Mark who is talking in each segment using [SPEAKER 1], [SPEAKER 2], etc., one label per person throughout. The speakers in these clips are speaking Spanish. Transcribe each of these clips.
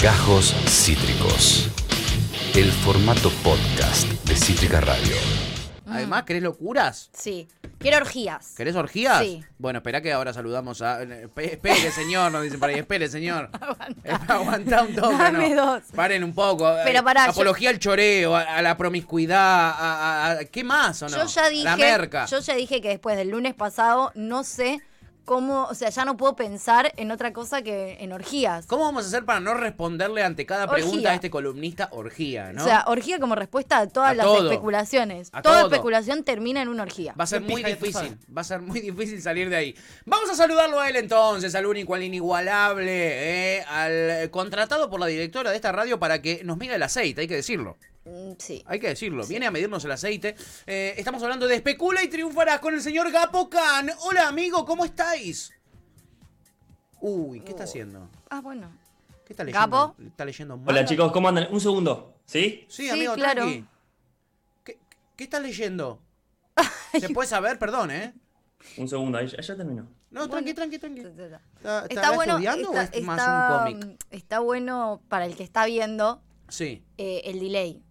[SPEAKER 1] Gajos Cítricos. El formato podcast de Cítrica Radio.
[SPEAKER 2] Mm.
[SPEAKER 3] Además, ¿querés locuras?
[SPEAKER 2] Sí. Quiero orgías.
[SPEAKER 3] ¿Querés orgías?
[SPEAKER 2] Sí.
[SPEAKER 3] Bueno, espera que ahora saludamos a. eh, pe- Espere, señor, nos dicen por ahí. Espere, señor. Aguantá. un toque.
[SPEAKER 2] Dame
[SPEAKER 3] ¿no?
[SPEAKER 2] dos.
[SPEAKER 3] Paren un poco. eh,
[SPEAKER 2] Pero pará, yo-
[SPEAKER 3] Apología al choreo, a, a la promiscuidad, a, a- a- ¿Qué más o no?
[SPEAKER 2] Yo ya dije.
[SPEAKER 3] La merca.
[SPEAKER 2] Yo ya dije que después del lunes pasado no sé cómo. O sea, ya no puedo pensar en otra cosa que en orgías.
[SPEAKER 3] ¿Cómo vamos a hacer para no responderle ante cada
[SPEAKER 2] Orgía.
[SPEAKER 3] pregunta a este columnista orgía, no?
[SPEAKER 2] O sea, orgía como respuesta a todas
[SPEAKER 3] A
[SPEAKER 2] las
[SPEAKER 3] todo.
[SPEAKER 2] especulaciones.
[SPEAKER 3] A
[SPEAKER 2] Toda
[SPEAKER 3] todo.
[SPEAKER 2] especulación termina en una orgía.
[SPEAKER 3] Va a ser
[SPEAKER 4] De
[SPEAKER 3] muy
[SPEAKER 4] pija y
[SPEAKER 3] difícil,
[SPEAKER 4] tufada.
[SPEAKER 3] va a ser muy difícil salir de ahí. Vamos a saludarlo a él entonces, al único, al inigualable, eh, al eh, contratado por la directora de esta radio para que nos mida el aceite, hay que decirlo.
[SPEAKER 2] Mm, Sí.
[SPEAKER 3] Hay que decirlo, viene a medirnos el aceite. Eh, estamos hablando de Especula y Triunfarás con el señor Gapo Can. Hola amigo, ¿cómo estáis? Uy, ¿qué está haciendo?
[SPEAKER 2] Ah, bueno.
[SPEAKER 3] ¿Qué está leyendo?
[SPEAKER 2] Gapo.
[SPEAKER 3] ¿Está leyendo mal?
[SPEAKER 4] Hola chicos, ¿cómo andan? Un segundo, ¿sí?
[SPEAKER 3] Sí,
[SPEAKER 2] Sí,
[SPEAKER 3] amigo,
[SPEAKER 2] claro.
[SPEAKER 3] tranqui. ¿Qué, ¿Qué estás leyendo? Se puede saber, perdón, ¿eh?
[SPEAKER 4] Un segundo, ahí ya, ya terminó.
[SPEAKER 3] No, tranqui, tranqui, tranqui. ¿Está,
[SPEAKER 2] Está
[SPEAKER 3] estará
[SPEAKER 2] bueno.
[SPEAKER 3] estudiando o
[SPEAKER 2] está-
[SPEAKER 3] es más
[SPEAKER 2] está- mm,
[SPEAKER 3] un cómic?
[SPEAKER 2] Está bueno para el que está viendo
[SPEAKER 3] Sí,
[SPEAKER 2] eh, el delay.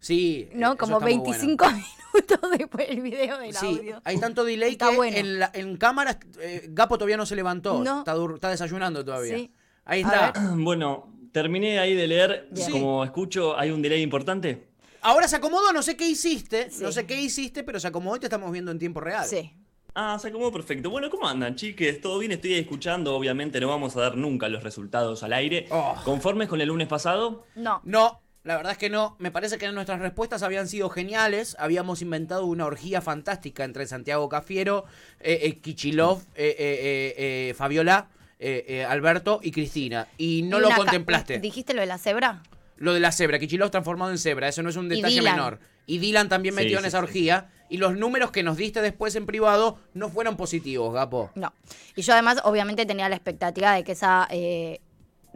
[SPEAKER 3] sí. Eh,
[SPEAKER 2] ¿No?
[SPEAKER 3] eso
[SPEAKER 2] Como
[SPEAKER 3] está muy bueno.
[SPEAKER 2] 25 minutos después del video del
[SPEAKER 3] Sí,
[SPEAKER 2] audio.
[SPEAKER 3] hay tanto delay
[SPEAKER 2] Está
[SPEAKER 3] que
[SPEAKER 2] bueno.
[SPEAKER 3] en, la- en cámaras eh, Gapo todavía no se levantó.
[SPEAKER 2] No.
[SPEAKER 3] Está, dur- está desayunando todavía.
[SPEAKER 2] Sí.
[SPEAKER 3] Ahí
[SPEAKER 2] A
[SPEAKER 3] está.
[SPEAKER 4] Bueno, terminé ahí de leer.
[SPEAKER 2] Bien.
[SPEAKER 4] Como escucho, hay un delay importante.
[SPEAKER 3] Ahora se acomodó, no sé qué hiciste.
[SPEAKER 2] Sí.
[SPEAKER 3] No sé qué hiciste, pero se acomodó y te estamos viendo en tiempo real.
[SPEAKER 2] Sí.
[SPEAKER 4] Ah, se acomodó perfecto. Bueno, ¿cómo andan, chiques? ¿Todo bien? Estoy escuchando. Obviamente no vamos a dar nunca los resultados al aire.
[SPEAKER 3] Oh.
[SPEAKER 4] ¿Conformes con el lunes pasado?
[SPEAKER 2] No.
[SPEAKER 3] No, la verdad es que no. Me parece que nuestras respuestas habían sido geniales. Habíamos inventado una orgía fantástica entre Santiago Cafiero, eh, eh, Kichilov, eh, eh, eh, eh, Fabiola, eh, eh, Alberto y Cristina. Y no
[SPEAKER 2] Y
[SPEAKER 3] lo
[SPEAKER 2] una ca-
[SPEAKER 3] contemplaste.
[SPEAKER 2] ¿Dijiste lo de la cebra?
[SPEAKER 3] Lo de la cebra, Kichilov transformado en cebra, eso no es un
[SPEAKER 2] Y
[SPEAKER 3] detalle
[SPEAKER 2] Dylan.
[SPEAKER 3] menor. Y Dylan también
[SPEAKER 4] Sí,
[SPEAKER 3] metió en
[SPEAKER 4] sí,
[SPEAKER 3] esa
[SPEAKER 4] sí.
[SPEAKER 3] orgía. Y los números que nos diste después en privado no fueron positivos, Gapo.
[SPEAKER 2] No. Y yo además, obviamente, tenía la expectativa de que esa eh,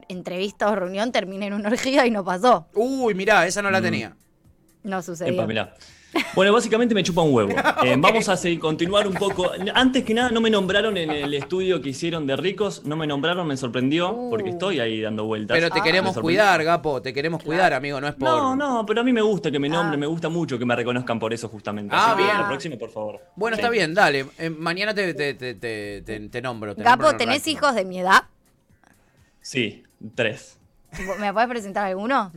[SPEAKER 2] entrevista o reunión termine en una orgía y no pasó.
[SPEAKER 3] Uy, mirá, esa no
[SPEAKER 4] Mm,
[SPEAKER 3] la tenía.
[SPEAKER 2] No sucedió.
[SPEAKER 4] Epa, mirá. Bueno, básicamente me chupa un huevo. Eh, Vamos a seguir- continuar un poco. Antes que nada, no me nombraron en el estudio que hicieron de ricos. No me nombraron, me sorprendió, porque estoy ahí dando vueltas.
[SPEAKER 3] Pero te
[SPEAKER 4] Ah, Me
[SPEAKER 3] queremos
[SPEAKER 4] sorprendió.
[SPEAKER 3] cuidar, Gapo, te queremos cuidar, amigo, no es por...
[SPEAKER 4] No, no, pero a mí me gusta que me nombren,
[SPEAKER 2] Ah.
[SPEAKER 4] me gusta mucho que me reconozcan por eso justamente.
[SPEAKER 3] Ah,
[SPEAKER 4] Así que
[SPEAKER 3] bien.
[SPEAKER 4] La próxima, por favor.
[SPEAKER 3] Bueno,
[SPEAKER 4] Sí.
[SPEAKER 3] está bien, dale. eh, mañana te, te, te, te- te- te nombro. te nombro en
[SPEAKER 2] Gapo,
[SPEAKER 3] el
[SPEAKER 2] ¿tenés
[SPEAKER 3] ranking.
[SPEAKER 2] hijos de mi edad?
[SPEAKER 4] Sí, tres.
[SPEAKER 2] ¿Me puedes presentar alguno?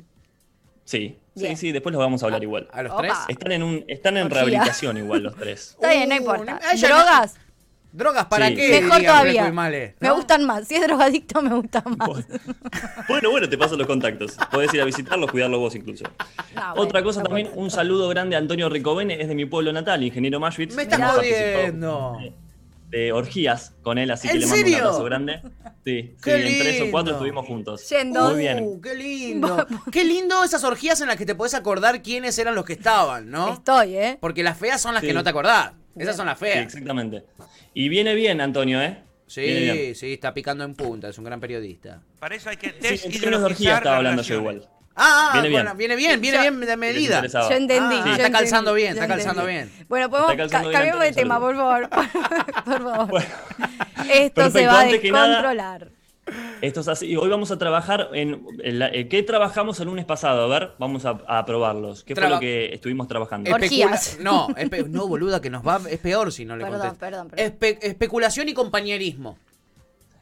[SPEAKER 4] Sí,
[SPEAKER 2] Bien.
[SPEAKER 4] sí, sí, después los vamos a
[SPEAKER 3] Ah,
[SPEAKER 4] hablar igual.
[SPEAKER 3] ¿A los
[SPEAKER 2] Opa.
[SPEAKER 3] tres?
[SPEAKER 4] Están en, un, están en
[SPEAKER 2] Orgía.
[SPEAKER 4] rehabilitación igual los tres.
[SPEAKER 2] Está bien, no
[SPEAKER 3] Uh,
[SPEAKER 2] importa.
[SPEAKER 3] no- ella no-
[SPEAKER 2] ¿Drogas?
[SPEAKER 3] ¿Drogas para
[SPEAKER 4] Sí.
[SPEAKER 3] qué?
[SPEAKER 2] Mejor
[SPEAKER 3] dirían Greco
[SPEAKER 2] todavía.
[SPEAKER 3] y Male,
[SPEAKER 2] Me
[SPEAKER 3] ¿no?
[SPEAKER 2] gustan más. Si es drogadicto, me gusta más.
[SPEAKER 4] Bueno, bueno, te paso los contactos. Podés ir a visitarlos, cuidarlos vos incluso.
[SPEAKER 3] Ah,
[SPEAKER 2] No, bueno,
[SPEAKER 4] Otra cosa
[SPEAKER 2] no
[SPEAKER 4] también,
[SPEAKER 2] puedo.
[SPEAKER 4] un saludo grande a Antonio Ricovene, es de mi pueblo natal, ingeniero Mashwitz.
[SPEAKER 3] Me estás
[SPEAKER 4] Hemos participado
[SPEAKER 3] jodiendo.
[SPEAKER 4] De orgías con él, así que
[SPEAKER 3] ¿En
[SPEAKER 4] le mando
[SPEAKER 3] serio?
[SPEAKER 4] un abrazo grande. Sí, sí,
[SPEAKER 3] ¡Qué
[SPEAKER 4] en tres o
[SPEAKER 3] lindo!
[SPEAKER 4] cuatro estuvimos juntos.
[SPEAKER 2] Yendo.
[SPEAKER 4] Muy bien.
[SPEAKER 3] Uh, qué lindo. qué lindo esas orgías en las que te podés acordar quiénes eran los que estaban, ¿no?
[SPEAKER 2] Estoy, ¿eh?
[SPEAKER 3] Porque las feas son las que
[SPEAKER 4] Sí.
[SPEAKER 3] no te acordás. Esas son las
[SPEAKER 4] Sí,
[SPEAKER 3] feas.
[SPEAKER 4] exactamente. Y viene bien, Antonio, ¿eh? Viene bien.
[SPEAKER 3] Sí, sí, está picando en punta, es un gran periodista.
[SPEAKER 5] Para eso hay que
[SPEAKER 4] Sí, en términos de orgía
[SPEAKER 5] desideologizar
[SPEAKER 4] estaba
[SPEAKER 5] las
[SPEAKER 4] hablando yo
[SPEAKER 5] relaciones.
[SPEAKER 4] igual.
[SPEAKER 3] Ah, ah,
[SPEAKER 4] Viene bien.
[SPEAKER 3] bueno, viene bien, viene
[SPEAKER 2] Yo-
[SPEAKER 3] bien de
[SPEAKER 4] que les
[SPEAKER 3] medida.
[SPEAKER 4] interesaba.
[SPEAKER 2] Yo entendí.
[SPEAKER 3] Ah,
[SPEAKER 2] yo
[SPEAKER 3] está calzando
[SPEAKER 2] entendí,
[SPEAKER 3] bien,
[SPEAKER 2] yo
[SPEAKER 3] está calzando
[SPEAKER 2] entendí.
[SPEAKER 3] bien.
[SPEAKER 2] Bueno, podemos
[SPEAKER 4] Está calzando
[SPEAKER 2] ca-
[SPEAKER 4] bien,
[SPEAKER 2] cambiemos de
[SPEAKER 4] Antonio,
[SPEAKER 2] tema, por favor. Por, por favor. Esto se
[SPEAKER 4] Perfecto,
[SPEAKER 2] va a
[SPEAKER 4] antes que nada-
[SPEAKER 2] descontrolar.
[SPEAKER 4] Esto es así. Hoy vamos a trabajar en, en la- eh, qué trabajamos el lunes pasado. A ver, vamos a, a probarlos. ¿Qué
[SPEAKER 3] Traba-
[SPEAKER 4] fue lo que estuvimos trabajando?
[SPEAKER 2] Orgía.
[SPEAKER 3] Especula-
[SPEAKER 2] Orgías.
[SPEAKER 3] No, espe- no, boluda, que nos va. Es peor si no le
[SPEAKER 2] Perdón,
[SPEAKER 3] contesto.
[SPEAKER 2] perdón, perdón.
[SPEAKER 3] Espe- especulación y compañerismo.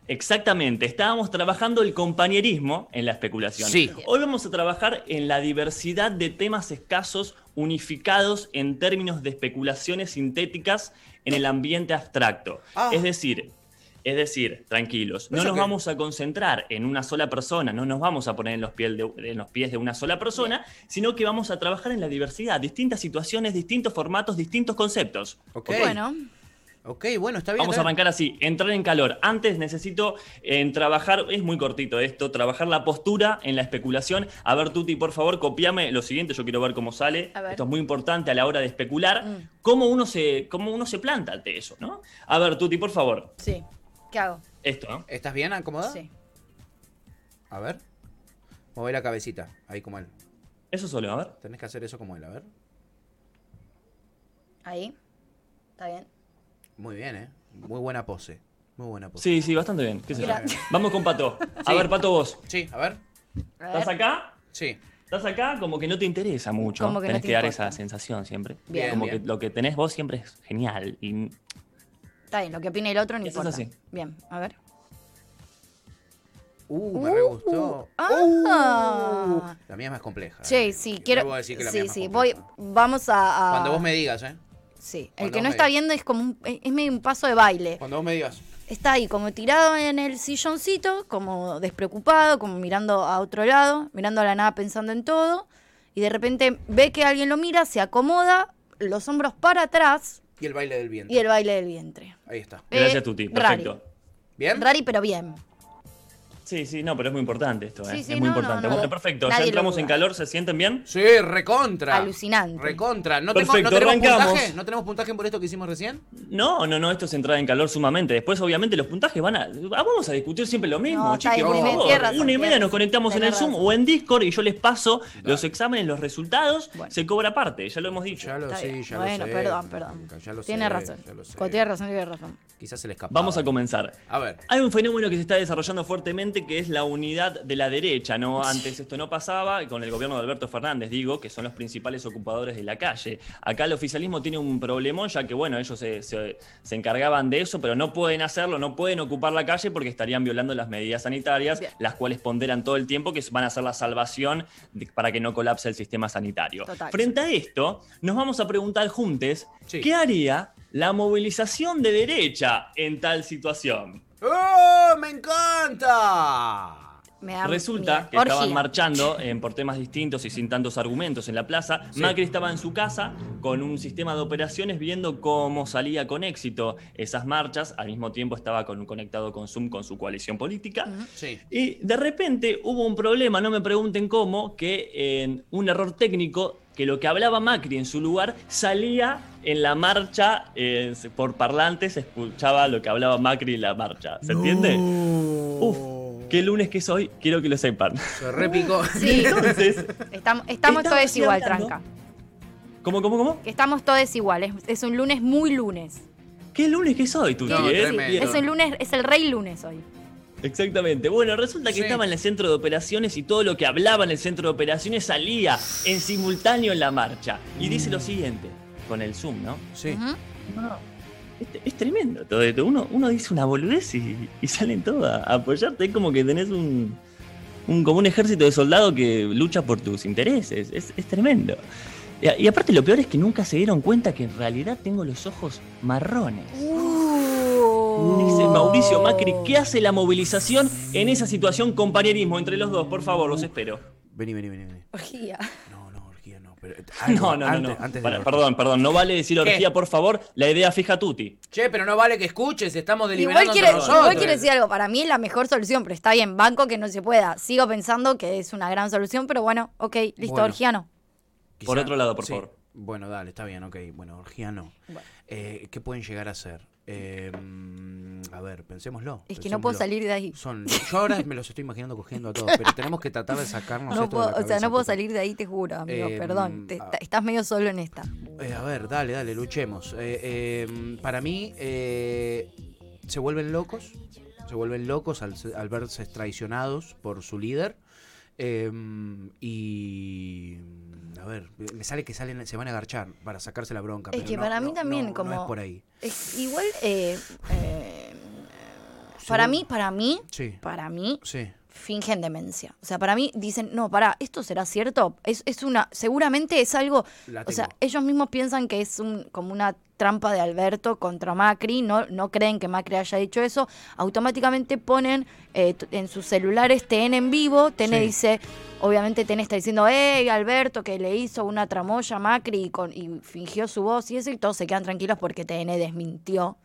[SPEAKER 4] Exactamente. Estábamos trabajando el compañerismo en la especulación.
[SPEAKER 3] Sí.
[SPEAKER 4] Hoy vamos a trabajar en la diversidad de temas escasos unificados en términos de especulaciones sintéticas en el ambiente abstracto.
[SPEAKER 3] Ah.
[SPEAKER 4] Es decir. Es decir, tranquilos, no
[SPEAKER 3] ¿Eso
[SPEAKER 4] nos
[SPEAKER 3] qué?
[SPEAKER 4] vamos a concentrar en una sola persona, no nos vamos a poner en los, piel de- en los pies de una sola persona, sino que vamos a trabajar en la diversidad, distintas situaciones, distintos formatos, distintos conceptos.
[SPEAKER 3] Ok.
[SPEAKER 2] Bueno,
[SPEAKER 3] Ok, bueno, está bien.
[SPEAKER 4] Vamos
[SPEAKER 3] está
[SPEAKER 4] a
[SPEAKER 3] bien.
[SPEAKER 4] arrancar así, entrar en calor. Antes necesito eh, trabajar, es muy cortito esto, trabajar la postura en la especulación. A ver, Tuti, por favor, copiame lo siguiente, yo quiero ver cómo sale.
[SPEAKER 2] A ver. Mm.
[SPEAKER 4] Esto es muy importante a la hora de especular. ¿Cómo, uno se, ¿Cómo uno se planta ante eso, no? A ver, Tuti, por favor,
[SPEAKER 2] sí. ¿Qué hago?
[SPEAKER 4] esto, ¿no?
[SPEAKER 3] ¿Estás bien acomodada?
[SPEAKER 2] Sí.
[SPEAKER 3] A ver. Mover la cabecita, ahí como él.
[SPEAKER 4] Eso solo, a ver.
[SPEAKER 3] Tenés que hacer eso como él, a ver.
[SPEAKER 2] Ahí. ¿Está bien?
[SPEAKER 3] Muy bien, eh. Muy buena pose. Muy buena pose.
[SPEAKER 4] Sí, sí, bastante bien. qué sé yo.
[SPEAKER 2] Gracias.
[SPEAKER 4] Vamos con Pato. A
[SPEAKER 3] Sí.
[SPEAKER 4] ver, Pato, vos.
[SPEAKER 3] Sí, a ver.
[SPEAKER 2] A ver.
[SPEAKER 4] ¿Estás acá?
[SPEAKER 3] Sí.
[SPEAKER 4] Estás acá, como que no te interesa mucho.
[SPEAKER 2] Como que no
[SPEAKER 4] tenés
[SPEAKER 2] te
[SPEAKER 4] que dar
[SPEAKER 2] importa.
[SPEAKER 4] esa sensación siempre.
[SPEAKER 2] Bien. Eh,
[SPEAKER 4] como
[SPEAKER 3] Bien.
[SPEAKER 4] que lo que tenés vos siempre es genial. Y
[SPEAKER 2] Está bien, lo que opine el otro no
[SPEAKER 4] Eso es
[SPEAKER 2] importa.
[SPEAKER 4] así.
[SPEAKER 2] Bien, a ver.
[SPEAKER 3] Uh, me re gustó.
[SPEAKER 2] ah.
[SPEAKER 3] Uh, la mía es más compleja.
[SPEAKER 2] Sí, sí,
[SPEAKER 3] Yo
[SPEAKER 2] quiero.
[SPEAKER 3] voy a decir que la mía es
[SPEAKER 2] sí,
[SPEAKER 3] más
[SPEAKER 2] sí, voy.
[SPEAKER 3] compleja.
[SPEAKER 2] Vamos a. a-
[SPEAKER 3] Cuando vos me digas, ¿eh?
[SPEAKER 2] Sí, el
[SPEAKER 3] cuando
[SPEAKER 2] que
[SPEAKER 3] vos me
[SPEAKER 2] no está
[SPEAKER 3] digas.
[SPEAKER 2] viendo es como un, es medio un paso de baile.
[SPEAKER 3] Cuando vos me digas.
[SPEAKER 2] Está ahí como tirado en el silloncito, como despreocupado, como mirando a otro lado, mirando a la nada pensando en todo. Y de repente ve que alguien lo mira, se acomoda, los hombros para atrás
[SPEAKER 3] Y el baile del viento.
[SPEAKER 2] y el baile del vientre.
[SPEAKER 3] Ahí está.
[SPEAKER 4] gracias,
[SPEAKER 2] Eh,
[SPEAKER 4] Tuti.
[SPEAKER 2] rari.
[SPEAKER 4] Perfecto.
[SPEAKER 3] ¿Bien?
[SPEAKER 2] Rari, pero bien.
[SPEAKER 4] Sí, sí, no, pero es muy importante esto, ¿eh?
[SPEAKER 2] Sí, sí,
[SPEAKER 4] es muy
[SPEAKER 2] no, no,
[SPEAKER 4] importante.
[SPEAKER 2] no.
[SPEAKER 4] Bueno, perfecto.
[SPEAKER 2] Nadie
[SPEAKER 4] ya
[SPEAKER 2] lo
[SPEAKER 4] entramos en
[SPEAKER 2] duda.
[SPEAKER 4] calor, ¿se sienten bien?
[SPEAKER 3] Sí, recontra.
[SPEAKER 2] Alucinante.
[SPEAKER 3] Recontra. ¿No, tenemos-
[SPEAKER 4] Perfecto,
[SPEAKER 3] ¿no tenemos
[SPEAKER 4] arrancamos.
[SPEAKER 3] puntaje? ¿No tenemos puntaje por esto que hicimos recién?
[SPEAKER 4] No, no, no, esto es entrada en calor sumamente. Después, obviamente, los puntajes van a. ah, Vamos a discutir siempre lo mismo,
[SPEAKER 2] No, está
[SPEAKER 4] chicos.
[SPEAKER 2] bien,
[SPEAKER 4] por
[SPEAKER 3] tenés
[SPEAKER 4] favor.
[SPEAKER 2] razón,
[SPEAKER 4] Una y
[SPEAKER 2] tenés
[SPEAKER 4] media nos
[SPEAKER 2] razón,
[SPEAKER 4] conectamos en el
[SPEAKER 2] tenés
[SPEAKER 4] Zoom
[SPEAKER 2] razón.
[SPEAKER 4] o en Discord y yo les paso los
[SPEAKER 3] Dale.
[SPEAKER 4] exámenes, los resultados.
[SPEAKER 2] Bueno.
[SPEAKER 4] Se cobra parte, ya lo hemos dicho.
[SPEAKER 3] lo
[SPEAKER 2] Está bien. bueno, perdón, perdón.
[SPEAKER 3] Ya lo sé,
[SPEAKER 2] tiene razón.
[SPEAKER 3] ya lo sé.
[SPEAKER 2] Cuando tiene razón, tiene razón.
[SPEAKER 3] Quizás se le escapó.
[SPEAKER 4] Vamos a comenzar.
[SPEAKER 3] A ver.
[SPEAKER 4] Hay un fenómeno que se está desarrollando fuertemente que es la unidad de la derecha, ¿no? Antes esto no pasaba, y con el gobierno de Alberto Fernández, digo, que son los principales ocupadores de la calle. Acá el oficialismo tiene un problemón, ya que, bueno, ellos se, se- se encargaban de eso, pero no pueden hacerlo, no pueden ocupar la calle porque estarían violando las medidas sanitarias,
[SPEAKER 2] Bien.
[SPEAKER 4] las cuales ponderan todo el tiempo que van a ser la salvación de- para que no colapse el sistema sanitario.
[SPEAKER 2] Total.
[SPEAKER 4] Frente a esto, nos vamos a preguntar juntes,
[SPEAKER 3] Sí.
[SPEAKER 4] ¿qué haría la movilización de derecha en tal situación?
[SPEAKER 3] ¡Oh, me encanta!
[SPEAKER 2] Me da
[SPEAKER 4] Resulta
[SPEAKER 2] miedo.
[SPEAKER 4] que estaban
[SPEAKER 2] Orgía.
[SPEAKER 4] marchando en- por temas distintos y sin tantos argumentos en la plaza. Macri estaba en su casa con un sistema de operaciones viendo cómo salía con éxito esas marchas. Al mismo tiempo estaba con- conectado con Zoom con su coalición política.
[SPEAKER 3] Sí.
[SPEAKER 4] Y de repente hubo un problema, no me pregunten cómo, que en un error técnico, que lo que hablaba Macri en su lugar salía en la marcha eh, por parlantes, se escuchaba lo que hablaba Macri en la marcha. ¿Se entiende? Uf, qué lunes que soy, quiero que lo sepan.
[SPEAKER 3] Uh. Se repicó.
[SPEAKER 2] Sí,
[SPEAKER 4] Entonces,
[SPEAKER 2] estamos, estamos todos
[SPEAKER 4] Estamos
[SPEAKER 2] igual,
[SPEAKER 4] hablando-
[SPEAKER 2] tranca.
[SPEAKER 4] ¿cómo, cómo, cómo?
[SPEAKER 2] Que estamos todos igual. Es, es un lunes muy lunes.
[SPEAKER 4] ¿Qué lunes que soy, tú?
[SPEAKER 3] No,
[SPEAKER 4] ¿eh?
[SPEAKER 3] tremendo.
[SPEAKER 2] Es un lunes, es el rey lunes hoy.
[SPEAKER 4] Exactamente. Bueno, resulta que
[SPEAKER 3] Sí.
[SPEAKER 4] estaba en el centro de operaciones y todo lo que hablaba en el centro de operaciones salía en simultáneo en la marcha. Y dice lo siguiente, con el Zoom, ¿no?
[SPEAKER 3] Sí.
[SPEAKER 2] Ujú.
[SPEAKER 4] Es, es tremendo todo esto. Uno, uno dice una boludez y, y salen todos a apoyarte. Es como que tenés un, un- como un ejército de soldados que lucha por tus intereses. Es, es tremendo. Y, a- y aparte lo peor es que nunca se dieron cuenta que en realidad tengo los ojos marrones. Dice Mauricio Macri, ¿qué hace la movilización en esa situación? Compañerismo entre los dos, por favor, los espero.
[SPEAKER 3] Vení, vení, vení. vení.
[SPEAKER 2] Orgía.
[SPEAKER 3] No, no, orgía no. Pero,
[SPEAKER 4] No, no, no,
[SPEAKER 3] antes,
[SPEAKER 4] no.
[SPEAKER 3] Antes de
[SPEAKER 4] Para,
[SPEAKER 3] la-
[SPEAKER 4] perdón, perdón, no vale decir orgía, por favor. La idea fija Tuti.
[SPEAKER 3] Che, pero no vale que escuches, estamos deliberando
[SPEAKER 2] Igual quiero,
[SPEAKER 3] entre nosotros.
[SPEAKER 2] igual quiero decir algo, para mí es la mejor solución, pero está bien, banco que no se pueda. Sigo pensando que es una gran solución, pero bueno, ok, listo,
[SPEAKER 3] Bueno.
[SPEAKER 2] Orgía no.
[SPEAKER 3] Quizá-
[SPEAKER 4] Por otro lado, por favor.
[SPEAKER 3] Bueno, dale, está bien, ok. Bueno, orgía no. Eh, ¿Qué pueden llegar a hacer? Eh, mm, a ver, pensémoslo.
[SPEAKER 2] Es que no puedo
[SPEAKER 3] pensémoslo.
[SPEAKER 2] salir de ahí.
[SPEAKER 3] Son, yo ahora me los estoy imaginando cogiendo a todos, pero tenemos que tratar de sacarnos
[SPEAKER 2] No
[SPEAKER 3] esto de la
[SPEAKER 2] puedo, o sea,
[SPEAKER 3] cabeza,
[SPEAKER 2] no puedo
[SPEAKER 3] puta.
[SPEAKER 2] salir de ahí, te juro, amigo,
[SPEAKER 3] Eh,
[SPEAKER 2] perdón. Te-
[SPEAKER 3] ah.
[SPEAKER 2] ta- estás medio solo en esta.
[SPEAKER 3] Eh, a ver, dale, dale, luchemos. Eh, eh, para mí, eh, se vuelven locos. Se vuelven locos al, se- al verse traicionados por su líder. Eh, y. A ver, me sale que salen, se van a agarchar para sacarse la bronca. Ah,
[SPEAKER 2] Es
[SPEAKER 3] pero
[SPEAKER 2] que
[SPEAKER 3] no-
[SPEAKER 2] para mí
[SPEAKER 3] no-
[SPEAKER 2] también,
[SPEAKER 3] no- no
[SPEAKER 2] como.
[SPEAKER 3] es por ahí.
[SPEAKER 2] es igual, eh, eh, para mí, para mí,
[SPEAKER 3] Sí,
[SPEAKER 2] para mí,
[SPEAKER 3] sí.
[SPEAKER 2] fingen demencia. O sea, para mí dicen, no, pará, ¿esto será cierto? Es, es una, seguramente es algo,
[SPEAKER 3] La
[SPEAKER 2] o sea,
[SPEAKER 3] tengo.
[SPEAKER 2] ellos mismos piensan que es un, como una trampa de Alberto contra Macri, no, no creen que Macri haya dicho eso, automáticamente ponen eh, t- en sus celulares TN en vivo, TN
[SPEAKER 3] Sí.
[SPEAKER 2] dice, obviamente TN está diciendo, hey, Alberto, que le hizo una tramoya a Macri y, con, y fingió su voz y eso, y todos se quedan tranquilos porque TN desmintió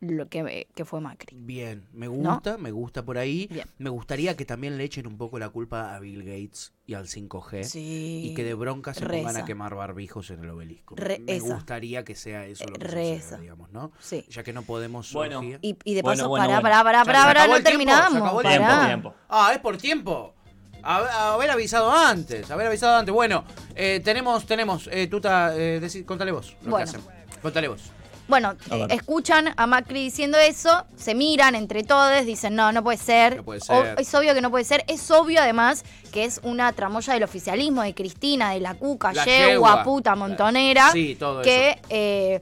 [SPEAKER 2] lo que, que fue Macri.
[SPEAKER 3] Bien, me gusta, me gusta por ahí.
[SPEAKER 2] Bien.
[SPEAKER 3] Me gustaría que también le echen un poco la culpa a Bill Gates y al 5G.
[SPEAKER 2] Sí.
[SPEAKER 3] Y que de bronca se
[SPEAKER 2] Re
[SPEAKER 3] pongan
[SPEAKER 2] esa.
[SPEAKER 3] a quemar barbijos en el obelisco.
[SPEAKER 2] Re
[SPEAKER 3] me
[SPEAKER 2] esa.
[SPEAKER 3] gustaría que sea eso lo que
[SPEAKER 2] Re
[SPEAKER 3] suceda,
[SPEAKER 2] esa.
[SPEAKER 3] digamos, ¿no?
[SPEAKER 2] Sí.
[SPEAKER 3] Ya que no podemos
[SPEAKER 4] Bueno,
[SPEAKER 3] surgir.
[SPEAKER 2] Y, y de
[SPEAKER 4] Bueno,
[SPEAKER 2] paso,
[SPEAKER 4] bueno,
[SPEAKER 2] pará,
[SPEAKER 4] bueno.
[SPEAKER 2] pará, pará,
[SPEAKER 3] Ya,
[SPEAKER 2] pará,
[SPEAKER 3] se
[SPEAKER 2] pará,
[SPEAKER 3] acabó
[SPEAKER 2] no
[SPEAKER 3] el tiempo, se
[SPEAKER 2] terminamos.
[SPEAKER 3] acabó el
[SPEAKER 2] pará.
[SPEAKER 4] Tiempo, tiempo.
[SPEAKER 3] Ah, es por tiempo. Haber, haber avisado antes, haber avisado antes. Bueno, eh, tenemos, tenemos, eh, Tuta, eh, decí- contale vos lo
[SPEAKER 2] Bueno.
[SPEAKER 3] que hacen. Contale vos.
[SPEAKER 2] Bueno,
[SPEAKER 4] A ver.
[SPEAKER 2] escuchan a Macri diciendo eso, se miran entre todos, dicen, no, no puede ser.
[SPEAKER 3] No puede
[SPEAKER 2] O-
[SPEAKER 3] ser.
[SPEAKER 2] es obvio que no puede ser. Es obvio, además, que es una tramoya del oficialismo, de Cristina, de la cuca,
[SPEAKER 3] La yegua.
[SPEAKER 2] yegua, puta, montonera.
[SPEAKER 3] Sí, todo
[SPEAKER 2] que,
[SPEAKER 3] eso.
[SPEAKER 2] eh,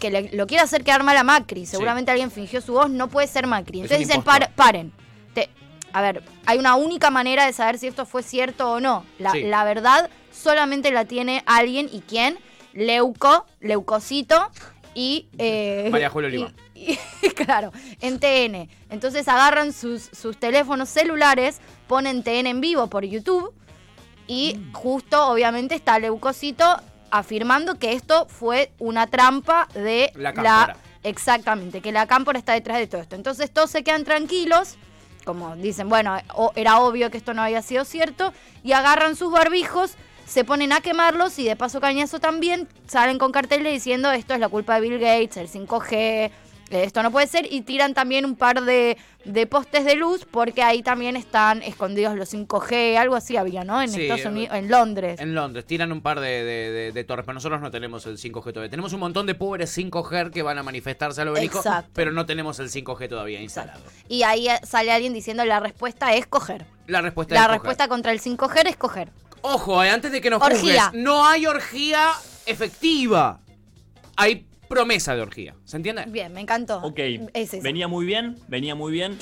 [SPEAKER 2] que le- lo quiere hacer quedar mal a Macri. Seguramente alguien fingió su voz, no puede ser Macri.
[SPEAKER 3] Es
[SPEAKER 2] Entonces
[SPEAKER 3] un
[SPEAKER 2] dicen,
[SPEAKER 3] impostor.
[SPEAKER 2] "Par- paren. Te- a ver, hay una única manera de saber si esto fue cierto o no. La,
[SPEAKER 3] Sí.
[SPEAKER 2] la verdad solamente la tiene alguien y quién. Leuco, Leucocito y... eh,
[SPEAKER 3] María Julia Oliva.
[SPEAKER 2] y- y- claro, en TN. Entonces agarran sus, sus teléfonos celulares, ponen TN en vivo por YouTube y
[SPEAKER 3] Mm.
[SPEAKER 2] justo, obviamente, está Leucocito afirmando que esto fue una trampa de
[SPEAKER 3] La cámpora.
[SPEAKER 2] Exactamente, que la cámpora está detrás de todo esto. Entonces todos se quedan tranquilos, como dicen, bueno, o- era obvio que esto no había sido cierto, y agarran sus barbijos, se ponen a quemarlos y de paso cañazo también salen con carteles diciendo esto es la culpa de Bill Gates, el 5G, eh, esto no puede ser, y tiran también un par de, de postes de luz porque ahí también están escondidos los 5G, algo así había, ¿no? En
[SPEAKER 3] Sí,
[SPEAKER 2] Estados
[SPEAKER 3] eh,
[SPEAKER 2] Unidos, en Londres.
[SPEAKER 3] En Londres, tiran un par de, de- de- de torres, pero nosotros no tenemos el 5G todavía. Tenemos un montón de pobres 5G que van a manifestarse al obelisco,
[SPEAKER 2] Exacto.
[SPEAKER 3] pero no tenemos el 5G todavía instalado.
[SPEAKER 2] Y ahí eh, sale alguien diciendo la respuesta es coger.
[SPEAKER 3] La respuesta
[SPEAKER 2] La
[SPEAKER 3] es coger.
[SPEAKER 2] respuesta contra el 5G es coger.
[SPEAKER 3] Ojo, eh, antes de que nos
[SPEAKER 2] Orgía.
[SPEAKER 3] juzgues, no hay orgía efectiva. Hay promesa de orgía. ¿Se entiende?
[SPEAKER 2] Bien, me encantó.
[SPEAKER 4] Ok,
[SPEAKER 2] Ah, Es eso.
[SPEAKER 4] venía muy bien, venía muy bien.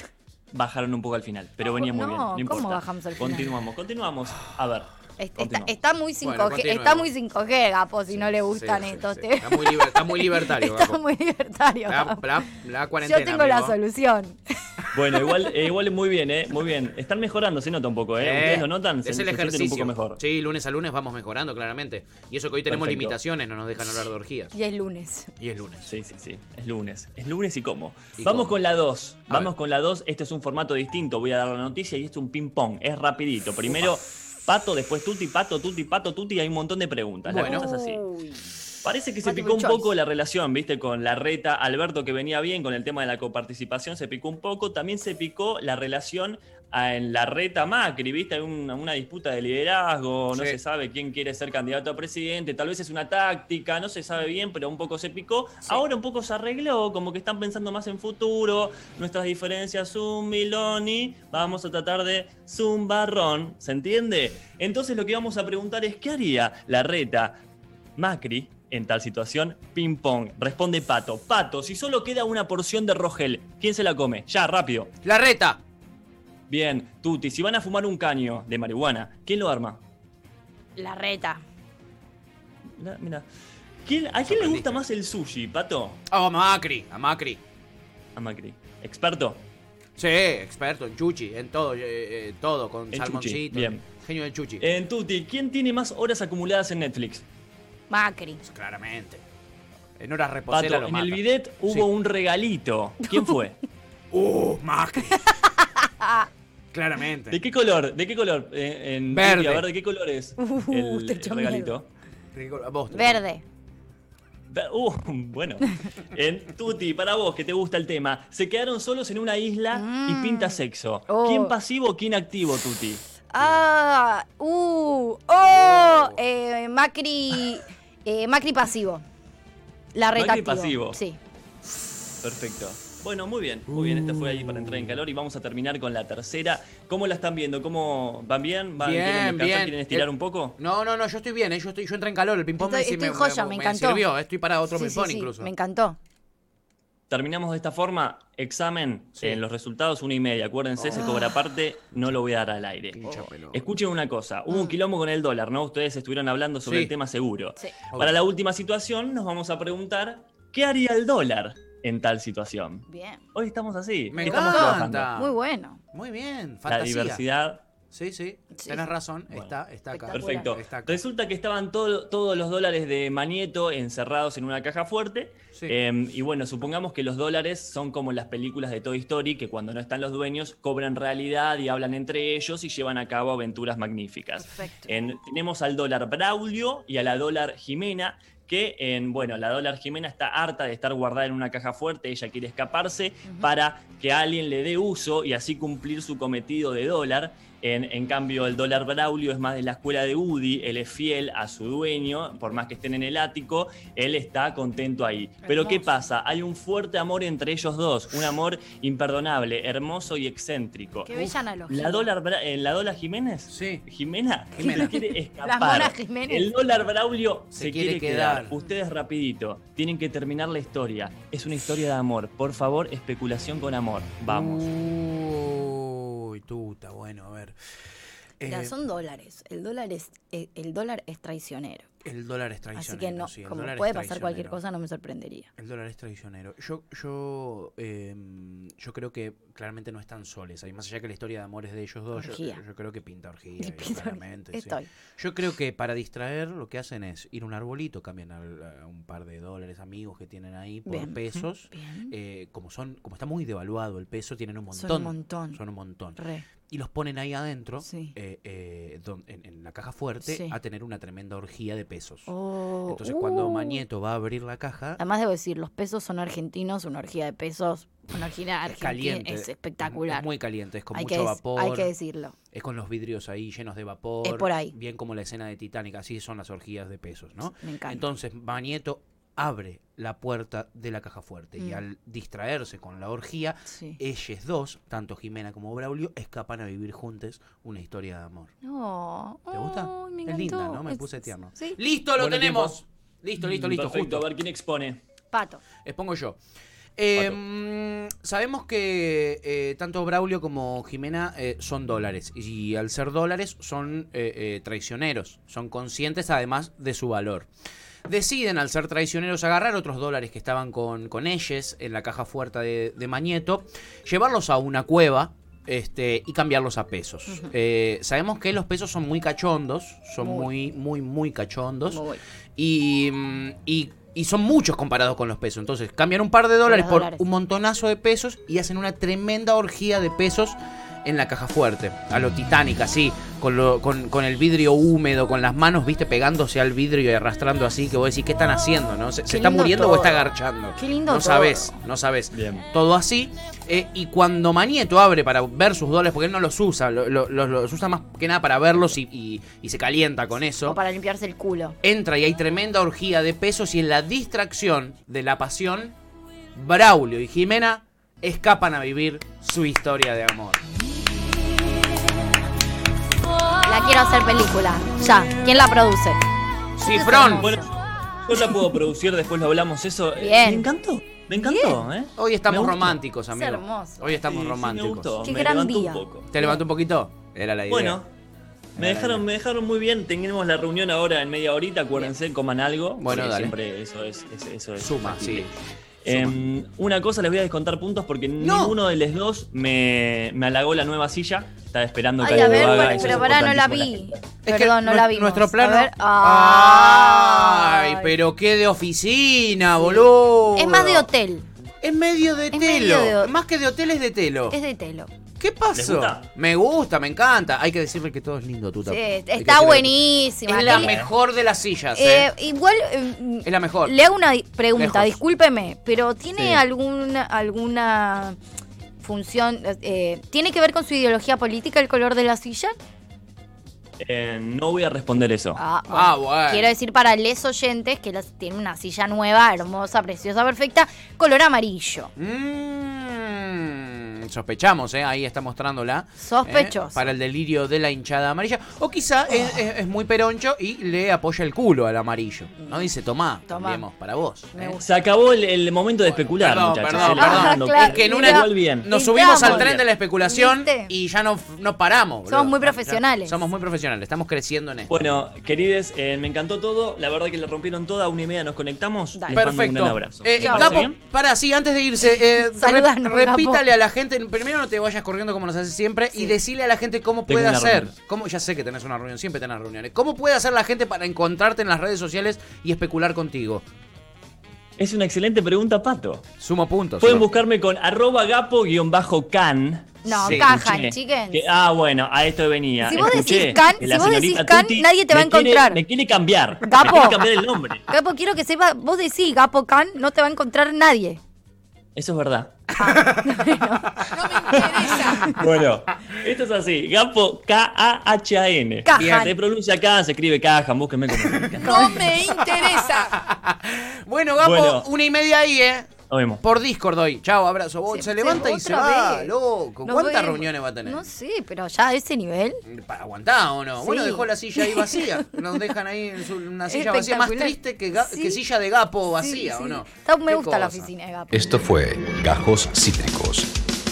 [SPEAKER 4] Bajaron un poco al final, pero
[SPEAKER 2] No,
[SPEAKER 4] venía muy
[SPEAKER 2] Ah, no,
[SPEAKER 4] bien. No
[SPEAKER 2] ¿cómo
[SPEAKER 4] importa.
[SPEAKER 2] bajamos al final?
[SPEAKER 4] Continuamos, continuamos. A ver.
[SPEAKER 2] Es- Está,
[SPEAKER 4] continuamos.
[SPEAKER 2] está muy 5G,
[SPEAKER 3] continuemos.
[SPEAKER 2] está muy 5G, Gapo, si no le gustan
[SPEAKER 3] Sí, sí,
[SPEAKER 2] estos
[SPEAKER 3] sí.
[SPEAKER 2] temas.
[SPEAKER 3] Está muy, liber- está muy libertario.
[SPEAKER 2] Está
[SPEAKER 3] Gapo.
[SPEAKER 2] muy libertario.
[SPEAKER 3] La,
[SPEAKER 2] Gapo.
[SPEAKER 3] la- la cuarentena.
[SPEAKER 2] Yo tengo la
[SPEAKER 3] amigo.
[SPEAKER 2] solución.
[SPEAKER 4] Bueno, igual, eh, igual es muy bien, ¿eh? Muy bien. Están mejorando, se nota un poco, ¿eh?
[SPEAKER 3] Eh,
[SPEAKER 4] Ustedes lo notan, se,
[SPEAKER 3] es
[SPEAKER 4] se
[SPEAKER 3] el
[SPEAKER 4] sienten
[SPEAKER 3] ejercicio.
[SPEAKER 4] un poco mejor.
[SPEAKER 3] Sí, lunes a lunes vamos mejorando, claramente. Y eso que hoy tenemos
[SPEAKER 4] Perfecto.
[SPEAKER 3] limitaciones, no nos dejan hablar de orgías.
[SPEAKER 2] Y es lunes.
[SPEAKER 3] Y es lunes.
[SPEAKER 4] Sí, sí, sí. Es lunes. Es lunes y cómo.
[SPEAKER 3] ¿Y
[SPEAKER 4] Vamos
[SPEAKER 3] cómo?
[SPEAKER 4] con la 2.
[SPEAKER 3] A
[SPEAKER 4] Vamos
[SPEAKER 3] ver.
[SPEAKER 4] con la 2. Este es un formato distinto. Voy a dar la noticia y esto es un ping-pong. Es rapidito. Primero pato, después tuti, pato, tuti, pato, tuti. y Hay un montón de preguntas. La
[SPEAKER 3] Bueno.
[SPEAKER 4] cosa es así.
[SPEAKER 2] Uy.
[SPEAKER 4] Parece que se
[SPEAKER 2] Multiple
[SPEAKER 4] picó un
[SPEAKER 2] choice.
[SPEAKER 4] poco la relación, ¿viste? Con la reta Alberto que venía bien con el tema de la coparticipación, se picó un poco. También se picó la relación a- en la reta Macri, ¿viste? Hay una, una disputa de liderazgo, no
[SPEAKER 3] Sí.
[SPEAKER 4] se sabe quién quiere ser candidato a presidente, tal vez es una táctica, no se sabe bien, pero un poco se picó. Ahora un poco se arregló, como que están pensando más en futuro, nuestras diferencias, un Miloni, vamos a tratar de zumbarrón, ¿se entiende? Entonces lo que vamos a preguntar es, ¿qué haría la reta Macri en tal situación? Ping pong. Responde Pato. Pato, si solo queda una porción de Rogel, ¿quién se la come? Ya, rápido.
[SPEAKER 3] La reta.
[SPEAKER 4] Bien, Tuti, si van a fumar un caño de marihuana, ¿quién lo arma?
[SPEAKER 2] La reta.
[SPEAKER 4] La- mira. ¿Quién- ¿A quién le gusta más el sushi, Pato?
[SPEAKER 3] Oh, a Macri. A Macri.
[SPEAKER 4] A Macri. ¿Experto?
[SPEAKER 3] Sí, experto en chuchi, en todo, eh, eh, todo, con
[SPEAKER 4] En chuchi,
[SPEAKER 3] salmoncito.
[SPEAKER 4] bien. Eh,
[SPEAKER 3] Genio del chuchi.
[SPEAKER 4] En Tuti, ¿quién tiene más horas acumuladas en Netflix?
[SPEAKER 2] Macri.
[SPEAKER 3] Pues claramente. En horas reposeras
[SPEAKER 4] Pato,
[SPEAKER 3] lo
[SPEAKER 4] en
[SPEAKER 3] mata.
[SPEAKER 4] el bidet hubo
[SPEAKER 3] Sí.
[SPEAKER 4] un regalito. ¿Quién fue?
[SPEAKER 3] ¡Uh, Macri! claramente.
[SPEAKER 4] ¿De qué color? ¿De qué color? Eh, en
[SPEAKER 3] Verde.
[SPEAKER 4] Tuti, a ver, ¿de qué color es
[SPEAKER 2] Uh,
[SPEAKER 4] el,
[SPEAKER 2] te
[SPEAKER 4] el
[SPEAKER 2] echó
[SPEAKER 4] regalito?
[SPEAKER 3] ¿De qué- vos,
[SPEAKER 2] Verde.
[SPEAKER 4] Ve- Uh, bueno. En Tuti, para vos que te gusta el tema, se quedaron solos en una isla y
[SPEAKER 2] Mm.
[SPEAKER 4] pinta sexo.
[SPEAKER 2] Oh.
[SPEAKER 4] ¿Quién pasivo, quién activo, Tuti?
[SPEAKER 2] Ah, uh, oh, eh, Macri, eh, Macri pasivo. La reta
[SPEAKER 4] Macri
[SPEAKER 2] activo.
[SPEAKER 4] pasivo.
[SPEAKER 2] Sí.
[SPEAKER 4] Perfecto. Bueno, muy bien, muy bien. Esta fue ahí para entrar en
[SPEAKER 3] Uh.
[SPEAKER 4] calor y vamos a terminar con la tercera. ¿Cómo la están viendo? ¿Cómo van bien? ¿Van
[SPEAKER 3] Bien,
[SPEAKER 4] quieren descansar?
[SPEAKER 3] bien.
[SPEAKER 4] ¿Quieren estirar
[SPEAKER 3] Eh,
[SPEAKER 4] un poco?
[SPEAKER 3] No, no, no, yo estoy bien, eh, yo, estoy, yo entré en calor, el ping-pong
[SPEAKER 2] Estoy-
[SPEAKER 3] sí
[SPEAKER 2] estoy joya, me encantó.
[SPEAKER 3] sirvió, eh, estoy para otro
[SPEAKER 2] Sí, sí,
[SPEAKER 3] ping-pong
[SPEAKER 2] sí,
[SPEAKER 3] incluso.
[SPEAKER 2] Me encantó.
[SPEAKER 4] Terminamos de esta forma, examen
[SPEAKER 3] Sí.
[SPEAKER 4] en los resultados, una y media. Acuérdense, se cobra aparte, no lo voy a dar al aire.
[SPEAKER 3] Pincha pelota. Ah.
[SPEAKER 4] Escuchen una cosa, hubo un quilombo con el dólar, ¿no? Ustedes estuvieron hablando sobre
[SPEAKER 3] Sí.
[SPEAKER 4] el tema seguro.
[SPEAKER 2] Sí.
[SPEAKER 4] Para la última situación, nos vamos a preguntar, ¿qué haría el dólar en tal situación?
[SPEAKER 2] Bien.
[SPEAKER 4] Hoy estamos así.
[SPEAKER 3] Me
[SPEAKER 4] estamos
[SPEAKER 3] encanta.
[SPEAKER 2] Muy bueno.
[SPEAKER 3] Muy bien,
[SPEAKER 4] La
[SPEAKER 3] fantasía.
[SPEAKER 4] diversidad
[SPEAKER 3] Sí, sí,
[SPEAKER 2] Sí.
[SPEAKER 3] tenés razón,
[SPEAKER 4] Bueno.
[SPEAKER 3] está, está acá.
[SPEAKER 2] Espectacular.
[SPEAKER 4] Perfecto.
[SPEAKER 3] Está acá.
[SPEAKER 4] Resulta que estaban todo- todos los dólares de Manieto encerrados en una caja fuerte.
[SPEAKER 3] Sí.
[SPEAKER 4] Eh, y bueno, supongamos que los dólares son como las películas de Toy Story, que cuando no están los dueños cobran realidad y hablan entre ellos y llevan a cabo aventuras magníficas.
[SPEAKER 2] Perfecto.
[SPEAKER 4] En- tenemos al dólar Braulio y a la dólar Jimena, que en, bueno, la dólar Jimena está harta de estar guardada en una caja fuerte, ella quiere escaparse para que alguien le dé uso y así cumplir su cometido de dólar. En, en cambio, el dólar Braulio es más de la escuela de Woody, él es fiel a su dueño, por más que estén en el ático, él está contento ahí. Pero ¿qué
[SPEAKER 2] Hermoso.
[SPEAKER 4] pasa? Hay un fuerte amor entre ellos dos, un amor imperdonable, hermoso y excéntrico.
[SPEAKER 2] Qué bella analogía.
[SPEAKER 4] ¿La dólar, Bra- eh, la dólar Jiménez?
[SPEAKER 3] Sí.
[SPEAKER 4] ¿Jimena?
[SPEAKER 3] Jimena.
[SPEAKER 4] Se quiere escapar.
[SPEAKER 2] Las monas Jiménez.
[SPEAKER 4] El dólar Braulio
[SPEAKER 3] Se
[SPEAKER 4] se,
[SPEAKER 3] quiere
[SPEAKER 4] quiere,
[SPEAKER 3] quedar.
[SPEAKER 4] quedar. Ustedes rapidito, tienen que terminar la historia. Es una historia de amor. Por favor, especulación con amor. Vamos.
[SPEAKER 3] Uh, Uy, tuta, bueno, a ver. Eh,
[SPEAKER 2] Mira, son dólares. El dólar es, el, el dólar es traicionero.
[SPEAKER 3] El dólar es traicionero.
[SPEAKER 2] Así que no,
[SPEAKER 3] sí, el
[SPEAKER 2] como
[SPEAKER 3] dólar es
[SPEAKER 2] puede pasar cualquier
[SPEAKER 3] traicionero.
[SPEAKER 2] cosa, no me sorprendería.
[SPEAKER 3] El dólar es traicionero. Yo, yo, em, yo creo que claramente no están soles. ahí, más allá que la historia de amores de ellos dos, yo,
[SPEAKER 2] Orgía.
[SPEAKER 3] yo creo que pinta orgía.
[SPEAKER 2] Le
[SPEAKER 3] eh,
[SPEAKER 2] pido-
[SPEAKER 3] claramente, sí.
[SPEAKER 2] Estoy.
[SPEAKER 3] Yo creo que para distraer lo que hacen es ir a un arbolito, cambian al- a un par de dólares amigos que tienen ahí por
[SPEAKER 2] Bien.
[SPEAKER 3] pesos.
[SPEAKER 2] Bien.
[SPEAKER 3] Eh, como son, como está muy devaluado el peso, tienen un montón.
[SPEAKER 2] Son un montón.
[SPEAKER 3] Son un montón.
[SPEAKER 2] Re.
[SPEAKER 3] Y los ponen ahí adentro,
[SPEAKER 2] Sí.
[SPEAKER 3] eh, eh, don- en, en la caja fuerte,
[SPEAKER 2] Sí.
[SPEAKER 3] a tener una tremenda orgía de pesos.
[SPEAKER 2] Oh,
[SPEAKER 3] Entonces cuando
[SPEAKER 2] uh.
[SPEAKER 3] Mañeto va a abrir la caja,
[SPEAKER 2] Además debo decir, los pesos son argentinos, una orgía de pesos, una orgía
[SPEAKER 3] es
[SPEAKER 2] argentina
[SPEAKER 3] caliente.
[SPEAKER 2] es espectacular.
[SPEAKER 3] Es muy caliente, es con
[SPEAKER 2] hay
[SPEAKER 3] mucho
[SPEAKER 2] que des-
[SPEAKER 3] vapor.
[SPEAKER 2] Hay que decirlo.
[SPEAKER 3] Es con los vidrios ahí llenos de vapor.
[SPEAKER 2] Es por ahí.
[SPEAKER 3] Bien como la escena de Titanic, así son las orgías de pesos, ¿no?
[SPEAKER 2] Me encanta.
[SPEAKER 3] Entonces, Magneto abre la puerta de la caja fuerte
[SPEAKER 2] Mm.
[SPEAKER 3] y al distraerse con la orgía,
[SPEAKER 2] Sí.
[SPEAKER 3] ellas dos, tanto Jimena como Braulio, escapan a vivir juntas una historia de amor.
[SPEAKER 2] No.
[SPEAKER 3] ¿Te gusta?
[SPEAKER 2] Ay, me
[SPEAKER 3] es linda,
[SPEAKER 2] encantó.
[SPEAKER 3] ¿no? Me
[SPEAKER 2] Es-
[SPEAKER 3] puse tierno.
[SPEAKER 2] Sí.
[SPEAKER 3] ¡Listo, lo
[SPEAKER 4] Bueno,
[SPEAKER 3] tenemos!
[SPEAKER 4] tiempo.
[SPEAKER 3] Listo, listo, listo,
[SPEAKER 4] Mm, Perfecto,
[SPEAKER 3] justo.
[SPEAKER 4] a ver quién expone.
[SPEAKER 2] Pato.
[SPEAKER 3] Expongo yo. Eh, mm, sabemos que eh, tanto Braulio como Jimena eh, son dólares y al ser dólares son eh, eh, traicioneros, son conscientes además de su valor. Deciden al ser traicioneros agarrar otros dólares que estaban con, con ellos en la caja fuerte de, de Mañeto, llevarlos a una cueva este, y cambiarlos a pesos. Eh, sabemos que los pesos son muy cachondos, son muy, muy,
[SPEAKER 2] Muy.
[SPEAKER 3] muy cachondos.
[SPEAKER 2] Muy bueno.
[SPEAKER 3] Y, mm, y- y son muchos comparados con los pesos. Entonces cambian un par de dólares por
[SPEAKER 2] dólares.
[SPEAKER 3] un montonazo de pesos y hacen una tremenda orgía de pesos en la caja fuerte. A lo Titanic, así, con, lo- con, con el vidrio húmedo, con las manos, viste, pegándose al vidrio y arrastrando así, que vos decís, ¿qué están haciendo? ¿No? ¿Se, se
[SPEAKER 2] Qué
[SPEAKER 3] está
[SPEAKER 2] lindo
[SPEAKER 3] muriendo o
[SPEAKER 2] todo.
[SPEAKER 3] está garchando?
[SPEAKER 2] Qué lindo
[SPEAKER 3] No
[SPEAKER 2] todo.
[SPEAKER 3] sabes, no sabes.
[SPEAKER 4] Bien.
[SPEAKER 3] Todo así. eh, y cuando Manieto abre para ver sus dólares, porque él no los usa, lo- lo- los, los usa más que nada para verlos y, y- y se calienta con eso
[SPEAKER 2] O para limpiarse el culo.
[SPEAKER 3] entra y hay tremenda orgía de pesos y en la distracción de la pasión, Braulio y Jimena escapan a vivir su historia de amor.
[SPEAKER 2] La quiero hacer película. Ya. ¿Quién la produce?
[SPEAKER 3] Cifrón,
[SPEAKER 4] Bueno, yo la puedo producir, después lo hablamos eso. Eh,
[SPEAKER 2] Bien.
[SPEAKER 4] Me encantó, me encantó, ¿eh?
[SPEAKER 3] hoy estamos
[SPEAKER 4] Me gustó.
[SPEAKER 3] románticos, amigo.
[SPEAKER 2] hermoso.
[SPEAKER 3] Hoy estamos
[SPEAKER 4] Sí, sí, me
[SPEAKER 3] románticos.
[SPEAKER 4] gustó,
[SPEAKER 2] Qué
[SPEAKER 4] me
[SPEAKER 2] gran
[SPEAKER 4] levantó
[SPEAKER 2] día.
[SPEAKER 4] un poco.
[SPEAKER 3] ¿Te levantó un poquito? Era la idea.
[SPEAKER 4] Bueno,
[SPEAKER 3] Era
[SPEAKER 4] me
[SPEAKER 3] la
[SPEAKER 4] dejaron,
[SPEAKER 3] idea.
[SPEAKER 4] me dejaron muy bien. Tenemos la reunión ahora en media horita. Acuérdense, coman algo.
[SPEAKER 3] Bueno,
[SPEAKER 4] porque
[SPEAKER 3] dale.
[SPEAKER 4] Siempre eso es. es- eso es
[SPEAKER 3] Suma, sí.
[SPEAKER 4] factible. Em, una cosa les voy a descontar puntos porque
[SPEAKER 3] No.
[SPEAKER 4] ninguno de los dos me, me halagó la nueva silla. Estaba esperando que
[SPEAKER 2] Ay, a
[SPEAKER 4] alguien
[SPEAKER 2] ver,
[SPEAKER 4] lo haga,
[SPEAKER 2] bueno,
[SPEAKER 4] eso es
[SPEAKER 2] pero pará, no la vi.
[SPEAKER 4] importantísimo.
[SPEAKER 3] Es que
[SPEAKER 2] Perdón, no la
[SPEAKER 3] nue-
[SPEAKER 2] vi.
[SPEAKER 3] Nuestro plano.
[SPEAKER 2] A ver.
[SPEAKER 3] Ay,
[SPEAKER 2] Ay,
[SPEAKER 3] pero qué de oficina, boludo.
[SPEAKER 2] Es más de hotel.
[SPEAKER 3] Es medio de
[SPEAKER 2] Es
[SPEAKER 3] telo.
[SPEAKER 2] medio de ho-
[SPEAKER 3] Más que de hotel es de telo.
[SPEAKER 2] Es de telo.
[SPEAKER 3] ¿Qué pasó?
[SPEAKER 4] gusta?
[SPEAKER 3] Me gusta, me encanta. Hay que decirle que todo es lindo, tuta.
[SPEAKER 2] Sí,
[SPEAKER 3] Hay que
[SPEAKER 2] está
[SPEAKER 3] decirle-
[SPEAKER 2] buenísima.
[SPEAKER 3] Es la
[SPEAKER 2] Tele-
[SPEAKER 3] mejor de las sillas, eh.
[SPEAKER 2] Eh, igual. eh,
[SPEAKER 3] Es la mejor.
[SPEAKER 2] Le hago una di- pregunta,
[SPEAKER 3] Lejos.
[SPEAKER 2] discúlpeme, pero ¿tiene
[SPEAKER 3] Sí.
[SPEAKER 2] alguna, alguna función? eh, ¿Tiene que ver con su ideología política el color de la silla?
[SPEAKER 4] Eh, no voy a responder eso.
[SPEAKER 2] Ah, bueno.
[SPEAKER 3] Ah, bueno.
[SPEAKER 2] Quiero decir para les oyentes que las- tiene una silla nueva, hermosa, preciosa, perfecta, color amarillo.
[SPEAKER 3] Mm, sospechamos, ¿eh? Ahí está mostrándola.
[SPEAKER 2] Sospechoso. Oh.
[SPEAKER 3] ¿eh? Para el delirio de la hinchada amarilla. O quizá es, es- es muy peroncho y le apoya el culo al amarillo. ¿No? Dice, tomá,
[SPEAKER 2] Mm. Tomá.
[SPEAKER 3] cambiemos para vos.
[SPEAKER 2] Me
[SPEAKER 3] ¿eh?
[SPEAKER 2] gusta.
[SPEAKER 4] Se acabó el, el momento de especular,
[SPEAKER 3] Perdón,
[SPEAKER 4] muchachos.
[SPEAKER 3] perdón,
[SPEAKER 4] Se está
[SPEAKER 3] perdón.
[SPEAKER 4] dando-
[SPEAKER 2] Ah, claro,
[SPEAKER 4] que en una
[SPEAKER 2] mira.
[SPEAKER 4] igual bien.
[SPEAKER 3] Nos
[SPEAKER 2] Pintamos.
[SPEAKER 3] subimos al
[SPEAKER 4] Muy
[SPEAKER 3] tren
[SPEAKER 4] bien.
[SPEAKER 3] de la especulación
[SPEAKER 2] ¿Viste?
[SPEAKER 3] y ya no, no paramos. boludo.
[SPEAKER 2] Somos muy
[SPEAKER 3] Ya- ya-
[SPEAKER 2] profesionales.
[SPEAKER 3] Somos muy profesionales, estamos creciendo en esto.
[SPEAKER 4] Bueno, querides, eh, me encantó todo. La verdad que la rompieron toda. A una y media nos conectamos.
[SPEAKER 2] Dale.
[SPEAKER 4] Les mando
[SPEAKER 3] Perfecto.
[SPEAKER 4] Un gran abrazo.
[SPEAKER 3] Eh,
[SPEAKER 4] ¿Les
[SPEAKER 2] Chao.
[SPEAKER 4] parece
[SPEAKER 3] Capo,
[SPEAKER 4] bien?
[SPEAKER 3] para, sí, antes de irse, eh,
[SPEAKER 2] Saludanos,
[SPEAKER 3] rep- repítale
[SPEAKER 2] Capo.
[SPEAKER 3] a la gente, primero no te vayas corriendo como nos hace siempre, y decile a la gente cómo
[SPEAKER 4] Tengo
[SPEAKER 3] puede
[SPEAKER 4] una
[SPEAKER 3] hacer.
[SPEAKER 4] reunión.
[SPEAKER 3] Cómo, ya sé que tenés una reunión, siempre tenés reuniones. ¿Cómo puede hacer la gente para encontrarte en las redes sociales y especular contigo?
[SPEAKER 4] Es una excelente pregunta, Pato.
[SPEAKER 3] Sumo puntos.
[SPEAKER 4] Pueden
[SPEAKER 3] sumo-
[SPEAKER 4] buscarme con arroba gapo-can.
[SPEAKER 2] No,
[SPEAKER 3] Sí,
[SPEAKER 2] cajan,
[SPEAKER 4] Escuché
[SPEAKER 2] chickens.
[SPEAKER 4] que- ah, bueno, a esto venía.
[SPEAKER 2] Si vos decís
[SPEAKER 4] Escuché
[SPEAKER 2] can-
[SPEAKER 4] que la
[SPEAKER 2] si vos decís
[SPEAKER 4] señorita
[SPEAKER 2] can,
[SPEAKER 4] Tuti
[SPEAKER 2] nadie te va a
[SPEAKER 4] me quiere-
[SPEAKER 2] encontrar.
[SPEAKER 4] me quiere cambiar. Me
[SPEAKER 2] Gapo.
[SPEAKER 4] quiere cambiar el nombre.
[SPEAKER 2] Capo, quiero que sepa, vos decís Gapo Can, no te va a encontrar nadie.
[SPEAKER 4] Eso es verdad.
[SPEAKER 5] No me interesa.
[SPEAKER 4] Bueno, esto es así. Gapo K-A-H-A-N.
[SPEAKER 2] Cajan.
[SPEAKER 4] Se pronuncia K, se escribe Cajan, búsquenme como.
[SPEAKER 5] No me interesa.
[SPEAKER 3] Bueno, Gapo,
[SPEAKER 4] Bueno.
[SPEAKER 3] una y media ahí, ¿eh?
[SPEAKER 4] Nos vemos.
[SPEAKER 3] Por Discord hoy. Chao, abrazo. Vos
[SPEAKER 2] Se-
[SPEAKER 3] se, levanta
[SPEAKER 2] se-
[SPEAKER 3] y se
[SPEAKER 2] otra
[SPEAKER 3] va,
[SPEAKER 2] vez.
[SPEAKER 3] loco.
[SPEAKER 2] Nos
[SPEAKER 3] ¿Cuántas
[SPEAKER 2] vemos.
[SPEAKER 3] reuniones va a tener?
[SPEAKER 2] No sé, pero ya a ese nivel.
[SPEAKER 3] Para aguantar o no.
[SPEAKER 2] Sí.
[SPEAKER 3] Bueno, dejó la silla ahí vacía. Nos dejan ahí en su- una silla vacía más
[SPEAKER 2] Espectacular.
[SPEAKER 3] triste que, ga-
[SPEAKER 2] Sí.
[SPEAKER 3] que silla de gapo vacía,
[SPEAKER 2] Sí,
[SPEAKER 3] ¿o
[SPEAKER 2] sí.
[SPEAKER 3] no?
[SPEAKER 2] Está- me
[SPEAKER 3] Qué
[SPEAKER 2] gusta la
[SPEAKER 3] cosa.
[SPEAKER 2] oficina de Gapo.
[SPEAKER 1] Esto fue Gajos Cítricos.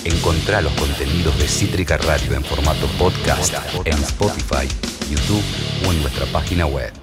[SPEAKER 1] Encontrá los contenidos de Cítrica Radio en formato podcast en Spotify, YouTube o en nuestra página web.